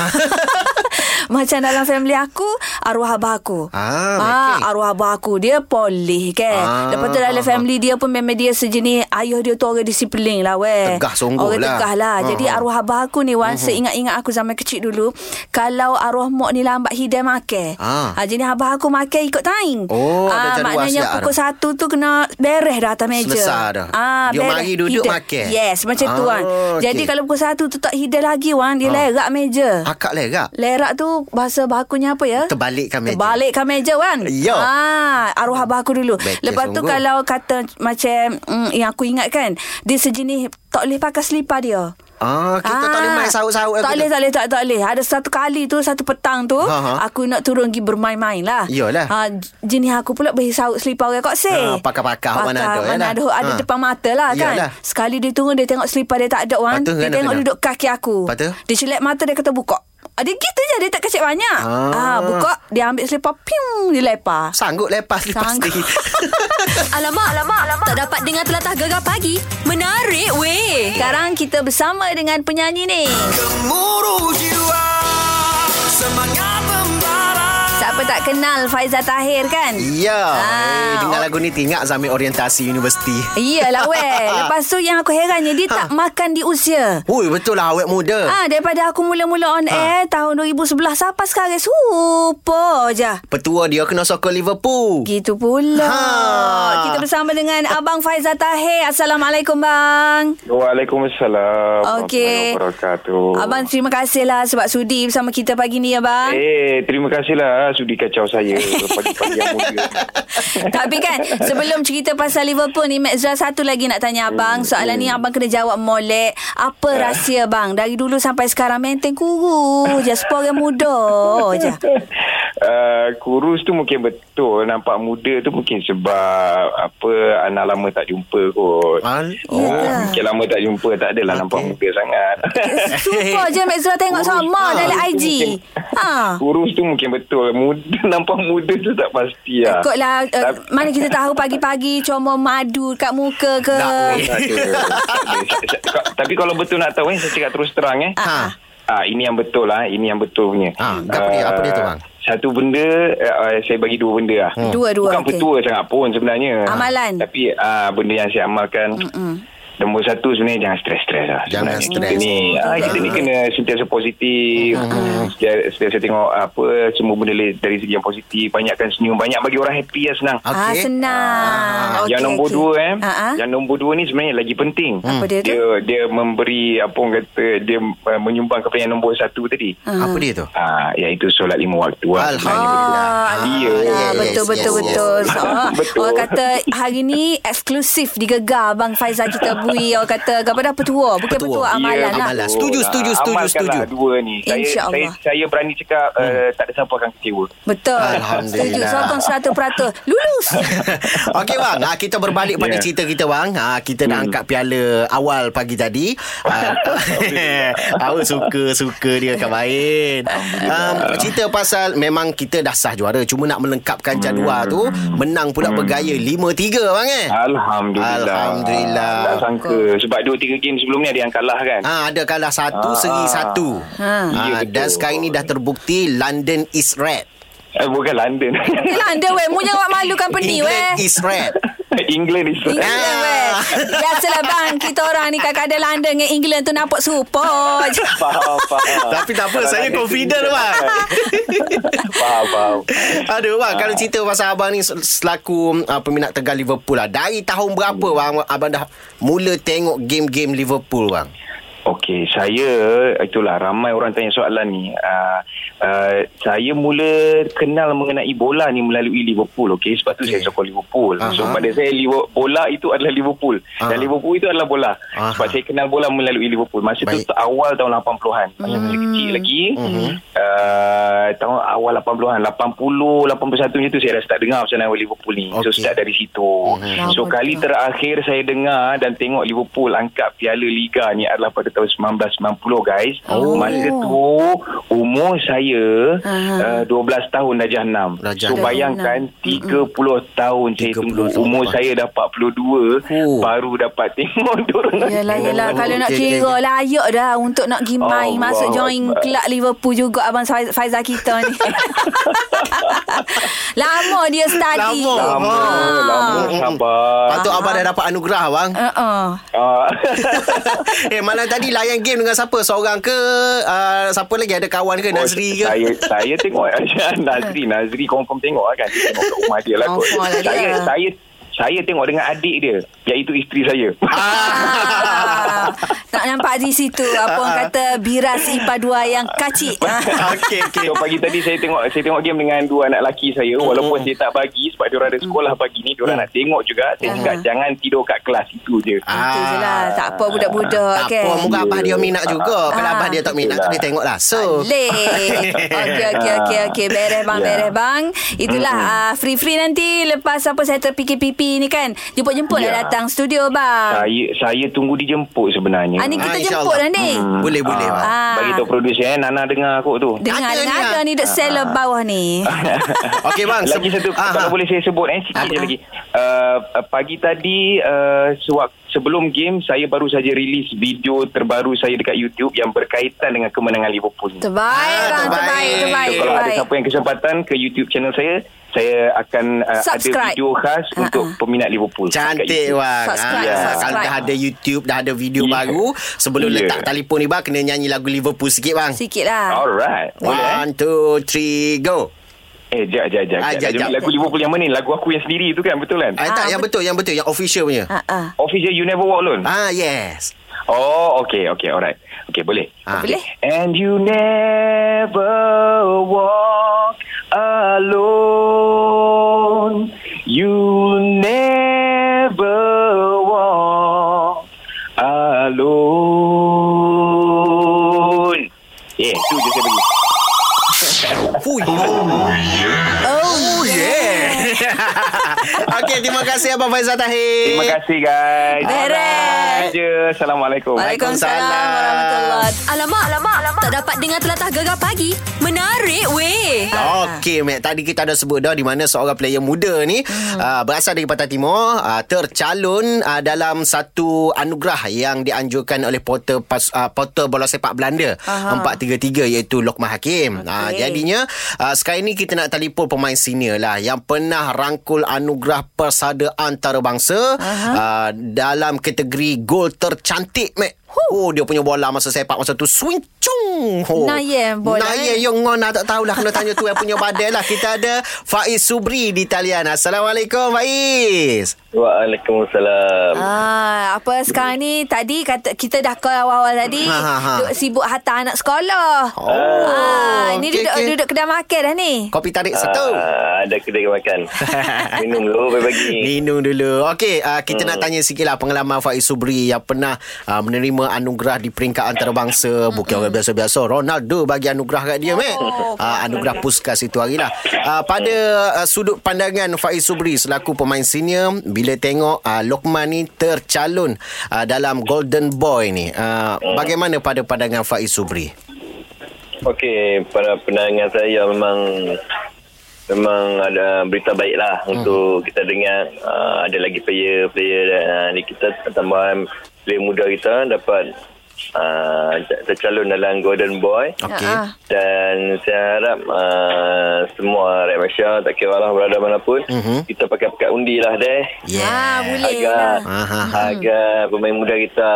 [SPEAKER 2] Macam dalam family aku Arwah abah aku
[SPEAKER 4] Ah, okey.
[SPEAKER 2] Arwah abah aku Dia polis kan
[SPEAKER 4] Ah,
[SPEAKER 2] Lepas tu dalam
[SPEAKER 4] ah,
[SPEAKER 2] family dia pun Memang dia sejenis Ayah dia tu orang disiplin lah weh
[SPEAKER 4] Tegah sungguh
[SPEAKER 2] Orang
[SPEAKER 4] lah.
[SPEAKER 2] tegah lah Jadi
[SPEAKER 4] Ah, ah.
[SPEAKER 2] arwah abah aku ni Wan Seingat-ingat aku zaman kecil dulu Kalau arwah mak ni lambat hidai makan
[SPEAKER 4] Ah.
[SPEAKER 2] Jadi abah aku makan ikut time Ah,
[SPEAKER 4] Oh, dah jadi
[SPEAKER 2] Maknanya
[SPEAKER 4] wasiat
[SPEAKER 2] pukul
[SPEAKER 4] dah.
[SPEAKER 2] satu tu Kena beres dah atas meja
[SPEAKER 4] Selesai dah.
[SPEAKER 2] ah,
[SPEAKER 4] Dia
[SPEAKER 2] beres.
[SPEAKER 4] mari duduk
[SPEAKER 2] Hidai.
[SPEAKER 4] makan.
[SPEAKER 2] Yes macam tu
[SPEAKER 4] Ah,
[SPEAKER 2] Wan Jadi
[SPEAKER 4] okey.
[SPEAKER 2] kalau pukul satu tu tak hidai lagi Wan Dia
[SPEAKER 4] Ah.
[SPEAKER 2] lerak meja
[SPEAKER 4] Akak lerak.
[SPEAKER 2] Lerak tu bahasa bakunya apa ya?
[SPEAKER 4] Terbalikkan meja.
[SPEAKER 2] Terbalikkan meja kan?
[SPEAKER 4] Ya.
[SPEAKER 2] Ah, arwah abah aku dulu.
[SPEAKER 4] Betul
[SPEAKER 2] Lepas tu
[SPEAKER 4] sungguh.
[SPEAKER 2] kalau kata macam mm, yang aku ingat kan, dia sejenis tak boleh pakai selipar dia.
[SPEAKER 4] Ah, kita tak boleh main sahut-sahut
[SPEAKER 2] Tak
[SPEAKER 4] aku
[SPEAKER 2] boleh,
[SPEAKER 4] tu.
[SPEAKER 2] tak boleh, tak, tak boleh. Ada satu kali tu, satu petang tu,
[SPEAKER 4] Ha, ha.
[SPEAKER 2] aku nak turun pergi bermain-main lah.
[SPEAKER 4] Yalah.
[SPEAKER 2] Ah, jenis aku pula beri sahut selipar orang kot
[SPEAKER 4] Ah,
[SPEAKER 2] seh.
[SPEAKER 4] pakar-pakar hok mana ada,
[SPEAKER 2] Mana
[SPEAKER 4] yalah.
[SPEAKER 2] ada, hok ada
[SPEAKER 4] Ah.
[SPEAKER 2] depan mata lah kan.
[SPEAKER 4] Yalah.
[SPEAKER 2] Sekali dia turun, dia tengok selipar dia tak ada wan.
[SPEAKER 4] Lepas tu,
[SPEAKER 2] Dia
[SPEAKER 4] kena,
[SPEAKER 2] tengok
[SPEAKER 4] kan kena.
[SPEAKER 2] duduk kaki aku.
[SPEAKER 4] Lepas tu?
[SPEAKER 2] Dia celik mata, dia kata buka. Ah, Dia gitu je, dia tak kecil banyak. Ah.
[SPEAKER 4] Ah.
[SPEAKER 2] buka, dia ambil selipar, piung, dia lepar.
[SPEAKER 4] Sanggup lepas lepas
[SPEAKER 2] Sanggup. [LAUGHS]
[SPEAKER 4] ni.
[SPEAKER 1] Eh, [LAUGHS] Alamak, alamak, alamak. Tak dapat dengar telatah gegar pagi. Menarik weh.
[SPEAKER 2] Sekarang kita bersama dengan penyanyi ni. Siapa tak kenal Faiza Tahir kan?
[SPEAKER 4] Ya.
[SPEAKER 2] Ah,
[SPEAKER 4] Eh, dengar
[SPEAKER 2] oh.
[SPEAKER 4] lagu ni tinggal Zamir Orientasi Universiti.
[SPEAKER 2] Iyalah
[SPEAKER 1] [LAUGHS]
[SPEAKER 2] weh. Lepas tu yang aku herannya
[SPEAKER 1] Ha.
[SPEAKER 2] dia tak makan di usia.
[SPEAKER 4] Ui, betul lah awet muda.
[SPEAKER 2] Ah daripada aku mula-mula on
[SPEAKER 1] Ha.
[SPEAKER 2] air tahun 2011 sampai sekarang super je.
[SPEAKER 4] Petua dia kena sokong Liverpool.
[SPEAKER 2] Gitu pula.
[SPEAKER 4] Ha.
[SPEAKER 2] Kita bersama dengan Abang Faiza Tahir. Assalamualaikum bang.
[SPEAKER 8] Waalaikumsalam.
[SPEAKER 2] Okey.
[SPEAKER 8] warahmatullahi wabarakatuh.
[SPEAKER 2] Abang terima kasihlah sebab sudi bersama kita pagi ni ya bang.
[SPEAKER 8] Eh, terima kasihlah sudi kacau saya pagi-pagi yang mulia. [LAUGHS]
[SPEAKER 2] Tapi kan Sebelum cerita pasal Liverpool ni Mek Zul satu lagi nak tanya abang Soalan ni abang kena jawab molek
[SPEAKER 8] Eh.
[SPEAKER 2] Apa rahsia bang Dari dulu sampai sekarang Maintain kuru je Sepuluh orang muda je
[SPEAKER 8] Uh, kurus tu mungkin betul Nampak muda tu mungkin sebab Apa Anak lama tak jumpa kot
[SPEAKER 4] Al-
[SPEAKER 8] Ah,
[SPEAKER 2] Yelah.
[SPEAKER 8] Mungkin lama tak jumpa Tak adalah okay. nampak muda sangat
[SPEAKER 2] Super je Mek Zul tengok sama Dalam
[SPEAKER 8] tu
[SPEAKER 2] IG
[SPEAKER 8] mungkin-
[SPEAKER 2] Ha
[SPEAKER 8] Kurus tu mungkin betul muda, [LAUGHS] Nampak muda tu tak pasti lah
[SPEAKER 2] Ikutlah uh,
[SPEAKER 8] Tapi-
[SPEAKER 2] Mana kita tahu pagi-pagi Comel madu kat muka ke
[SPEAKER 4] Tak boleh.
[SPEAKER 8] Tak ada. Tak ada. Saya- saya- ka- Tapi kalau betul nak tahu eh, saya cakap terus terang eh.
[SPEAKER 4] Ha.
[SPEAKER 8] Ah, ini yang betul lah, ini yang betul punya.
[SPEAKER 4] Ah, apa dia- apa dia tu, bang?
[SPEAKER 8] Satu benda uh, saya bagi dua benda lah.
[SPEAKER 4] Hmm.
[SPEAKER 2] Dua-dua,
[SPEAKER 8] Bukan
[SPEAKER 2] okey.
[SPEAKER 8] petua sangat pun sebenarnya.
[SPEAKER 2] Amalan.
[SPEAKER 8] Tapi ah benda yang saya amalkan. Mm-mm. Nombor satu sebenarnya jangan stres-stres lah.
[SPEAKER 4] Jangan
[SPEAKER 8] sebenarnya.
[SPEAKER 4] stres.
[SPEAKER 8] Kita ni, ah, kita ni kena sentiasa positif. Mm-hmm. Sentiasa, sentiasa tengok ah, apa semua benda le- dari segi yang positif. Banyakkan senyum. Banyak bagi orang happy lah senang.
[SPEAKER 2] Ah,
[SPEAKER 4] Okey.
[SPEAKER 2] senang.
[SPEAKER 4] Ah,
[SPEAKER 2] Okey,
[SPEAKER 8] yang nombor
[SPEAKER 2] okey.
[SPEAKER 8] dua eh.
[SPEAKER 2] Ah, ah.
[SPEAKER 8] Yang nombor dua ni sebenarnya lagi penting.
[SPEAKER 2] Apa dia tu?
[SPEAKER 8] Dia dia memberi apa orang kata dia uh, menyumbang kepada yang nombor satu tadi.
[SPEAKER 4] Ha, Apa dia tu?
[SPEAKER 8] Ah iaitu solat lima waktu. lah.
[SPEAKER 4] Alhamdulillah.
[SPEAKER 2] Ah,
[SPEAKER 8] Ya.
[SPEAKER 2] Alhamdulillah.
[SPEAKER 4] Yes,
[SPEAKER 2] betul
[SPEAKER 4] yes,
[SPEAKER 2] betul
[SPEAKER 4] yes.
[SPEAKER 2] betul.
[SPEAKER 4] [LAUGHS]
[SPEAKER 2] Ah,
[SPEAKER 8] Betul.
[SPEAKER 2] Orang kata hari ni eksklusif digegar Abang Faizal kita bui. Orang kata gapada petua, bukan
[SPEAKER 4] Petua.
[SPEAKER 2] petua amalan
[SPEAKER 4] Ya,
[SPEAKER 2] lah.
[SPEAKER 4] amalan. Setuju, setuju, setuju,
[SPEAKER 8] Ah, Amalkanlah
[SPEAKER 4] setuju. Hmm.
[SPEAKER 8] dua ni. Saya, saya,
[SPEAKER 2] InsyaAllah.
[SPEAKER 8] saya berani cakap uh, tak ada siapa akan kecewa.
[SPEAKER 2] Betul. Setuju
[SPEAKER 4] Alhamdulillah.
[SPEAKER 2] sokong 100%. Lulus.
[SPEAKER 4] Okey bang, ah, kita berbalik pada
[SPEAKER 8] Ya. Hmm.
[SPEAKER 4] cerita kita bang. Ah, kita nak angkat piala awal pagi tadi.
[SPEAKER 8] [LAUGHS]
[SPEAKER 4] Ah, [LAUGHS] Awak suka-suka dia kan main. Um, cerita pasal memang kita dah sah juara. Cuma nak
[SPEAKER 8] Hmm.
[SPEAKER 4] melengkapkan jadual tu. Menang pula bergaya 5-3 bang eh.
[SPEAKER 8] Alhamdulillah.
[SPEAKER 4] Alhamdulillah.
[SPEAKER 8] Tak sangka. Sebab dua tiga game sebelum ni ada yang kalah kan.
[SPEAKER 4] Ah ada kalah satu
[SPEAKER 8] Ah.
[SPEAKER 4] seri satu.
[SPEAKER 2] Ah.
[SPEAKER 4] Ah,
[SPEAKER 8] Ya,
[SPEAKER 4] dan
[SPEAKER 8] betul.
[SPEAKER 4] sekarang ini dah terbukti London is red.
[SPEAKER 8] Eh, bukan London. [LAUGHS]
[SPEAKER 2] Yelah anda weh. Mu jangan malu compeni
[SPEAKER 4] England
[SPEAKER 2] weh.
[SPEAKER 4] is
[SPEAKER 8] [LAUGHS]
[SPEAKER 4] red.
[SPEAKER 8] England is
[SPEAKER 2] England weh. Biasalah bang. Kita orang ni kadang-kadang London dengan England tu nampak serupa je.
[SPEAKER 8] [LAUGHS] Faham, faham.
[SPEAKER 4] Tapi tak apa,
[SPEAKER 8] Kalau
[SPEAKER 4] saya
[SPEAKER 8] London
[SPEAKER 4] confident, lah.
[SPEAKER 8] tu-
[SPEAKER 4] bang.
[SPEAKER 8] [LAUGHS] faham, faham.
[SPEAKER 4] [LAUGHS] Aduh bang, kalau cerita pasal abang ni sel- selaku uh, peminat tegal Liverpool lah. Dari tahun berapa
[SPEAKER 2] Hmm.
[SPEAKER 4] bang abang dah mula tengok game-game Liverpool bang?
[SPEAKER 8] Okey, saya itulah ramai orang tanya soalan ni. Uh, uh, saya mula kenal mengenai bola ni melalui Liverpool, okey. Sebab tu saya sokong Liverpool.
[SPEAKER 4] Aha.
[SPEAKER 8] So pada saya Liver- bola itu adalah Liverpool
[SPEAKER 4] Aha.
[SPEAKER 8] dan Liverpool itu adalah bola.
[SPEAKER 4] Aha.
[SPEAKER 8] Sebab saya kenal bola melalui Liverpool. Masa
[SPEAKER 4] Baik. Mhm.
[SPEAKER 8] tu awal tahun 80-an. Masa saya kecil lagi. Uh, tahun awal 80-an, 80, 81 macam tu saya dah start dengar pasal nama Liverpool ni. So
[SPEAKER 4] Okey.
[SPEAKER 8] start dari
[SPEAKER 4] Oh,
[SPEAKER 8] situ.
[SPEAKER 4] ya.
[SPEAKER 8] So kali terakhir saya dengar dan tengok Liverpool angkat Piala Liga ni adalah pada tahun 1990 guys.
[SPEAKER 2] Oh.
[SPEAKER 8] Masa tu umur saya uh, 12 tahun dah jahanam.
[SPEAKER 4] Darjah
[SPEAKER 8] So
[SPEAKER 4] enam.
[SPEAKER 8] bayangkan 30 tahun saya
[SPEAKER 4] 30
[SPEAKER 8] tunggu.
[SPEAKER 4] tahun.
[SPEAKER 8] Umur saya dah 42
[SPEAKER 4] Oh.
[SPEAKER 8] baru dapat tengok [LAUGHS] dorang.
[SPEAKER 2] Yalah, yalah.
[SPEAKER 4] Oh,
[SPEAKER 2] Kalau nak
[SPEAKER 4] okey,
[SPEAKER 2] kira
[SPEAKER 4] okey.
[SPEAKER 2] layak dah untuk nak pergi main
[SPEAKER 8] Allah
[SPEAKER 2] masuk join
[SPEAKER 8] Akbar.
[SPEAKER 2] kelab Liverpool juga Abang Faiz- Faizal kita ni. lama dia study. Ha.
[SPEAKER 4] Lama.
[SPEAKER 8] Lama,
[SPEAKER 4] Ah.
[SPEAKER 8] lama sabar.
[SPEAKER 4] Patut
[SPEAKER 2] Ah.
[SPEAKER 4] abang dah dapat anugerah
[SPEAKER 2] [LAUGHS]
[SPEAKER 4] bang.
[SPEAKER 2] Uh-uh.
[SPEAKER 8] Ah.
[SPEAKER 4] [LAUGHS] eh malam tadi layan game dengan siapa? Seorang ke uh, siapa lagi ada kawan
[SPEAKER 2] Oh,
[SPEAKER 4] ke Nazri ke?
[SPEAKER 8] Oh, Saya saya
[SPEAKER 2] [LAUGHS]
[SPEAKER 8] tengok [LAUGHS] Nazri Nazri confirm tengok lah kan Dia tengok kat rumah dia lah kot
[SPEAKER 2] Confirm lah dia.
[SPEAKER 8] Saya saya saya tengok dengan adik dia Iaitu isteri saya
[SPEAKER 2] Ah. tak nampak di situ apa orang kata biras ipadua yang kacik. Ah.
[SPEAKER 4] [LAUGHS] Okey okey.
[SPEAKER 8] So pagi tadi saya tengok saya tengok game dengan dua anak lelaki saya walaupun saya tak bagi sebab dia ada sekolah
[SPEAKER 2] Mm.
[SPEAKER 8] pagi ni dia nak tengok juga saya cakap jangan tidur kat kelas itu je.
[SPEAKER 2] Itu je lah. Tak apa budak-budak
[SPEAKER 4] Tak
[SPEAKER 2] kan.
[SPEAKER 4] apa, mungkin abah dia minat juga. Kalau
[SPEAKER 2] Ah.
[SPEAKER 4] abah dia tak minat, tu dia tengoklah. So,
[SPEAKER 2] Leh. Okey okey okey okey beres bang
[SPEAKER 8] Ya.
[SPEAKER 2] beres bang. Itulah ah, free-free nanti lepas apa saya terfikir pipi ni kan. Jemput-jemput
[SPEAKER 8] Ya. Ah,
[SPEAKER 2] lah datang studio bang.
[SPEAKER 8] Saya saya tunggu dijemput sebenarnya.
[SPEAKER 2] Ah, ni kita
[SPEAKER 4] Ah,
[SPEAKER 2] jemput lah
[SPEAKER 4] insyaAllah.
[SPEAKER 2] ni.
[SPEAKER 4] boleh boleh bang.
[SPEAKER 2] Ah.
[SPEAKER 8] Bagi tahu producer eh Nana dengar kot
[SPEAKER 2] [LAUGHS]
[SPEAKER 8] tu.
[SPEAKER 2] Dengar
[SPEAKER 4] Ada
[SPEAKER 2] dengar
[SPEAKER 4] ni,
[SPEAKER 2] ada
[SPEAKER 4] ah.
[SPEAKER 2] ni duk seller bawah ni.
[SPEAKER 8] Ah.
[SPEAKER 4] Okey bang,
[SPEAKER 8] Lagi
[SPEAKER 4] se-
[SPEAKER 8] satu
[SPEAKER 4] Ah,
[SPEAKER 8] kalau
[SPEAKER 4] ah.
[SPEAKER 8] boleh saya sebut eh sikit je lagi. Uh, uh, pagi tadi uh, sewak- sebelum game saya baru saja rilis video terbaru saya dekat YouTube yang berkaitan dengan kemenangan Liverpool ni.
[SPEAKER 2] Terbaik
[SPEAKER 4] Ah,
[SPEAKER 2] bang, terbaik,
[SPEAKER 4] terbaik.
[SPEAKER 2] terbaik,
[SPEAKER 8] So, kalau ada
[SPEAKER 2] terbaik.
[SPEAKER 8] siapa yang kesempatan ke YouTube channel saya, saya akan uh, ada
[SPEAKER 2] Subscribe.
[SPEAKER 8] video khas
[SPEAKER 2] Ha,
[SPEAKER 8] untuk
[SPEAKER 2] ha.
[SPEAKER 8] peminat Liverpool.
[SPEAKER 4] Cantik
[SPEAKER 8] Dekat YouTube.
[SPEAKER 4] bang
[SPEAKER 2] Subscribe,
[SPEAKER 4] Ah,
[SPEAKER 2] subscribe.
[SPEAKER 4] Kalau dah ada YouTube Dah ada video
[SPEAKER 8] Ya.
[SPEAKER 4] baru Sebelum
[SPEAKER 8] Ya.
[SPEAKER 4] letak telefon ni bang Kena nyanyi lagu Liverpool sikit bang
[SPEAKER 2] Sikit lah.
[SPEAKER 8] Alright. Boleh eh?
[SPEAKER 4] One, two, three, go
[SPEAKER 8] Eh, jap, jap, jap.
[SPEAKER 4] Ah,
[SPEAKER 8] jap.
[SPEAKER 4] jap, jap.
[SPEAKER 8] Lagu- Lagu Liverpool yang mana ni? Lagu aku yang sendiri tu kan, betul kan?
[SPEAKER 4] ah, Tak,
[SPEAKER 2] Ah,
[SPEAKER 4] yang betul Yang betul, yang official punya
[SPEAKER 2] Ah, ah.
[SPEAKER 8] Official You Never Walk Alone.
[SPEAKER 4] Ah, yes
[SPEAKER 8] Oh, okay, okay, alright. Okay, boleh.
[SPEAKER 4] Ah.
[SPEAKER 2] Boleh.
[SPEAKER 8] And you never walk alone. You never walk alone. Eh, yeah, tu je saya bagi.
[SPEAKER 4] Oh yeah. Oh [LAUGHS] yeah. Okey, terima kasih Abang Faizal Tahir.
[SPEAKER 8] Terima kasih guys.
[SPEAKER 2] Eh. Beres.
[SPEAKER 8] Je. Assalamualaikum.
[SPEAKER 2] Waalaikumsalam
[SPEAKER 4] Waalaikumsalam.
[SPEAKER 2] warahmatullahi
[SPEAKER 1] Alamak, alamak, alamak. Tak dapat dengar telatah gegar pagi. Menarik weh.
[SPEAKER 4] Okey, Mac. Tadi kita ada sebut dah di mana seorang player muda ni hmm. uh, berasal dari Pantai Timur uh, tercalon uh, dalam satu anugerah yang dianjurkan oleh porter pas, uh, porter bola sepak Belanda
[SPEAKER 2] Aha.
[SPEAKER 4] Aha. 433 iaitu Lokman Hakim. Okay. Uh,
[SPEAKER 2] Okey.
[SPEAKER 4] jadinya uh, sekarang ni kita nak telefon pemain senior lah yang pernah rangkul anugerah persada antarabangsa uh, dalam kategori gol tercantik, Mac. Oh, dia punya bola masa sepak masa tu swing cung. Oh.
[SPEAKER 2] Nayan bola,
[SPEAKER 4] Nayan
[SPEAKER 2] eh.
[SPEAKER 4] yang ngon tak tahulah kena tanya tu yang punya badai lah. Kita ada Faiz Subri di talian. Assalamualaikum Faiz.
[SPEAKER 8] Waalaikumsalam.
[SPEAKER 2] Ah, apa sekarang ni tadi kata kita dah call awal-awal tadi
[SPEAKER 4] Ha, ha, ha.
[SPEAKER 2] duk sibuk hantar anak sekolah.
[SPEAKER 4] Oh.
[SPEAKER 2] ah, ni
[SPEAKER 4] okey,
[SPEAKER 2] duduk
[SPEAKER 4] okey.
[SPEAKER 2] duduk kedai makan dah ni.
[SPEAKER 4] Kopi tarik satu.
[SPEAKER 8] Ah, ada kedai [LAUGHS] makan. Minum dulu pagi-pagi.
[SPEAKER 4] Minum dulu. Okey, uh, kita nak tanya sikit lah pengalaman Faiz Subri yang pernah uh, menerima anugerah di peringkat antarabangsa. Bukan orang biasa-biasa. Ronaldo bagi anugerah kat dia, Mac.
[SPEAKER 2] Oh,
[SPEAKER 4] Uh, anugerah Puskas itu hari lah. Uh, pada uh, sudut pandangan Faiz Subri selaku pemain senior, bila tengok uh, Lokman ni tercalon uh, dalam Golden Boy ni. Uh, bagaimana pada pandangan Faiz Subri?
[SPEAKER 8] Okey, pada penangan saya memang memang ada berita baik lah
[SPEAKER 4] Hmm.
[SPEAKER 8] untuk kita dengar uh, ada lagi player-player uh, di kita tambahan player muda kita dapat uh, tercalon dalam Golden Boy
[SPEAKER 4] Okey.
[SPEAKER 2] Ah, ah.
[SPEAKER 8] dan saya harap uh, semua rakyat Malaysia tak kira lah berada mana pun
[SPEAKER 4] Mhm.
[SPEAKER 8] kita pakai pekat undi lah deh
[SPEAKER 2] Ah,
[SPEAKER 4] Yeah.
[SPEAKER 2] boleh.
[SPEAKER 8] Agak.
[SPEAKER 2] lah.
[SPEAKER 4] Aha.
[SPEAKER 8] agar pemain muda kita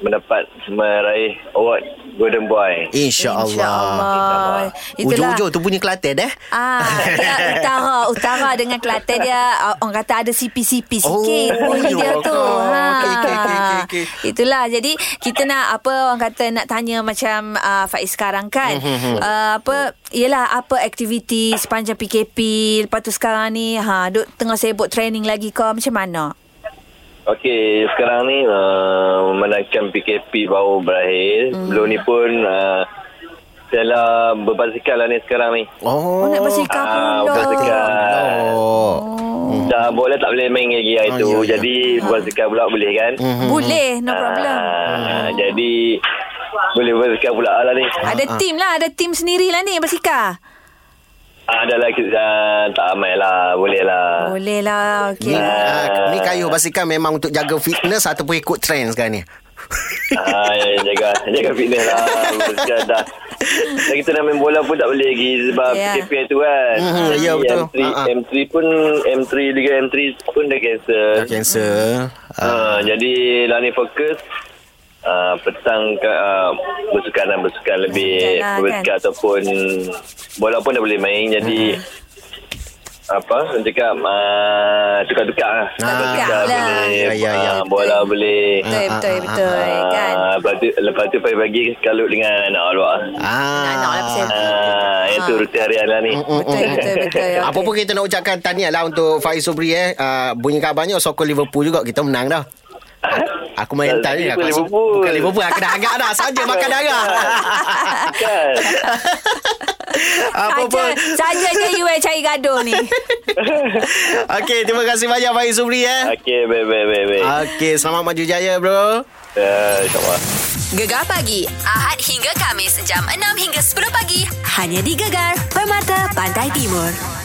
[SPEAKER 8] mendapat meraih award Golden Boy
[SPEAKER 4] InsyaAllah.
[SPEAKER 2] InsyaAllah. Itulah.
[SPEAKER 4] Ujung-ujung tu bunyi Kelantan eh.
[SPEAKER 2] Ah, dia utara, utara dengan Kelantan dia ah, orang kata ada sipi-sipi
[SPEAKER 4] Oh,
[SPEAKER 2] sikit oh, bunyi dia
[SPEAKER 4] oh,
[SPEAKER 2] tu. Ha.
[SPEAKER 4] oh, okey, okey, okey, okey, okey.
[SPEAKER 2] Itulah. Jadi kita nak apa orang kata nak tanya macam uh, Faiz sekarang kan.
[SPEAKER 4] Hmm,
[SPEAKER 2] uh, apa ialah apa aktiviti sepanjang PKP lepas tu sekarang ni ha duk tengah sibuk training lagi kau macam mana?
[SPEAKER 8] Okey, sekarang ni uh, memandangkan PKP baru berakhir. Hmm. Belum ni pun uh, saya lah berbasikal lah ni sekarang ni.
[SPEAKER 4] Oh.
[SPEAKER 2] Oh, nak bersikap
[SPEAKER 8] Ah,
[SPEAKER 2] pula.
[SPEAKER 8] bersikap.
[SPEAKER 4] Oh.
[SPEAKER 8] Hmm. Dah boleh tak boleh main lagi hari
[SPEAKER 4] Ah,
[SPEAKER 8] tu.
[SPEAKER 4] ya, ya.
[SPEAKER 8] Jadi berbasikal pula boleh kan? Hmm.
[SPEAKER 2] Boleh, no problem.
[SPEAKER 4] Ah.
[SPEAKER 8] Jadi boleh berbasikal pula lah ni.
[SPEAKER 4] Ah.
[SPEAKER 2] Ada tim lah, ada tim sendiri lah ni bersikap.
[SPEAKER 8] Ah, dah lah kita tak ramai lah. Boleh lah.
[SPEAKER 2] Boleh lah, okey.
[SPEAKER 4] Ni, uh, ni kayu basikal memang untuk jaga fitness ataupun ikut trend sekarang ni.
[SPEAKER 8] Ah, ya, ya, jaga [LAUGHS] jaga fitness lah. Berbasikal dah. Dan kita nak main bola pun tak boleh lagi sebab
[SPEAKER 2] Ya.
[SPEAKER 8] yeah. PKP tu kan.
[SPEAKER 4] Mhm,
[SPEAKER 8] Jadi
[SPEAKER 4] ya, betul.
[SPEAKER 8] M3,
[SPEAKER 4] Ah, ah.
[SPEAKER 8] M3 pun M3 Liga M3 pun dah cancel.
[SPEAKER 4] Dah cancer. Uh,
[SPEAKER 8] Ah, jadi lah ni fokus ah, petang ke, uh, bersukan dan bersukan lebih
[SPEAKER 2] Bersukan lah,
[SPEAKER 8] bersukan ataupun bola pun dah boleh main jadi apa orang cakap ah, tukar-tukar lah
[SPEAKER 2] Tukar-tukar lah.
[SPEAKER 8] boleh
[SPEAKER 4] Ya, ya, ya,
[SPEAKER 8] ah, bola boleh
[SPEAKER 2] Betul,
[SPEAKER 4] Ah,
[SPEAKER 2] betul,
[SPEAKER 4] ah,
[SPEAKER 2] betul. Kan?
[SPEAKER 8] Ah, lepas tu lepas tu pagi-pagi kalut dengan anak luar
[SPEAKER 4] ah.
[SPEAKER 2] Nak-nak lah pasal
[SPEAKER 8] ah, itu rutin harian lah ni
[SPEAKER 2] Betul, betul,
[SPEAKER 4] [LAUGHS]
[SPEAKER 2] betul. okey.
[SPEAKER 4] Apa pun kita nak ucapkan tahniah lah untuk Faiz Sobri eh. Uh, bunyi kabarnya sokong Liverpool juga. Kita menang dah. Aku main
[SPEAKER 8] Tak,
[SPEAKER 4] tadi lah.
[SPEAKER 8] bukan
[SPEAKER 4] Aku-
[SPEAKER 8] Liverpool.
[SPEAKER 4] Bukan Liverpool. Aku dah agak dah. Saja makan
[SPEAKER 2] [LAUGHS]
[SPEAKER 4] darah.
[SPEAKER 8] kan
[SPEAKER 4] Apa pun.
[SPEAKER 2] Saja je you yang cari gaduh ni.
[SPEAKER 4] Okey, terima kasih banyak Faiz Sobri eh.
[SPEAKER 8] okey baik baik baik baik
[SPEAKER 2] Ah.
[SPEAKER 4] Okey, selamat maju jaya bro.
[SPEAKER 8] ah, insyaAllah
[SPEAKER 1] [LAUGHS] Gegar pagi Ahad hingga Kamis jam 6 hingga 10 pagi hanya di Gegar Permata Pantai Timur.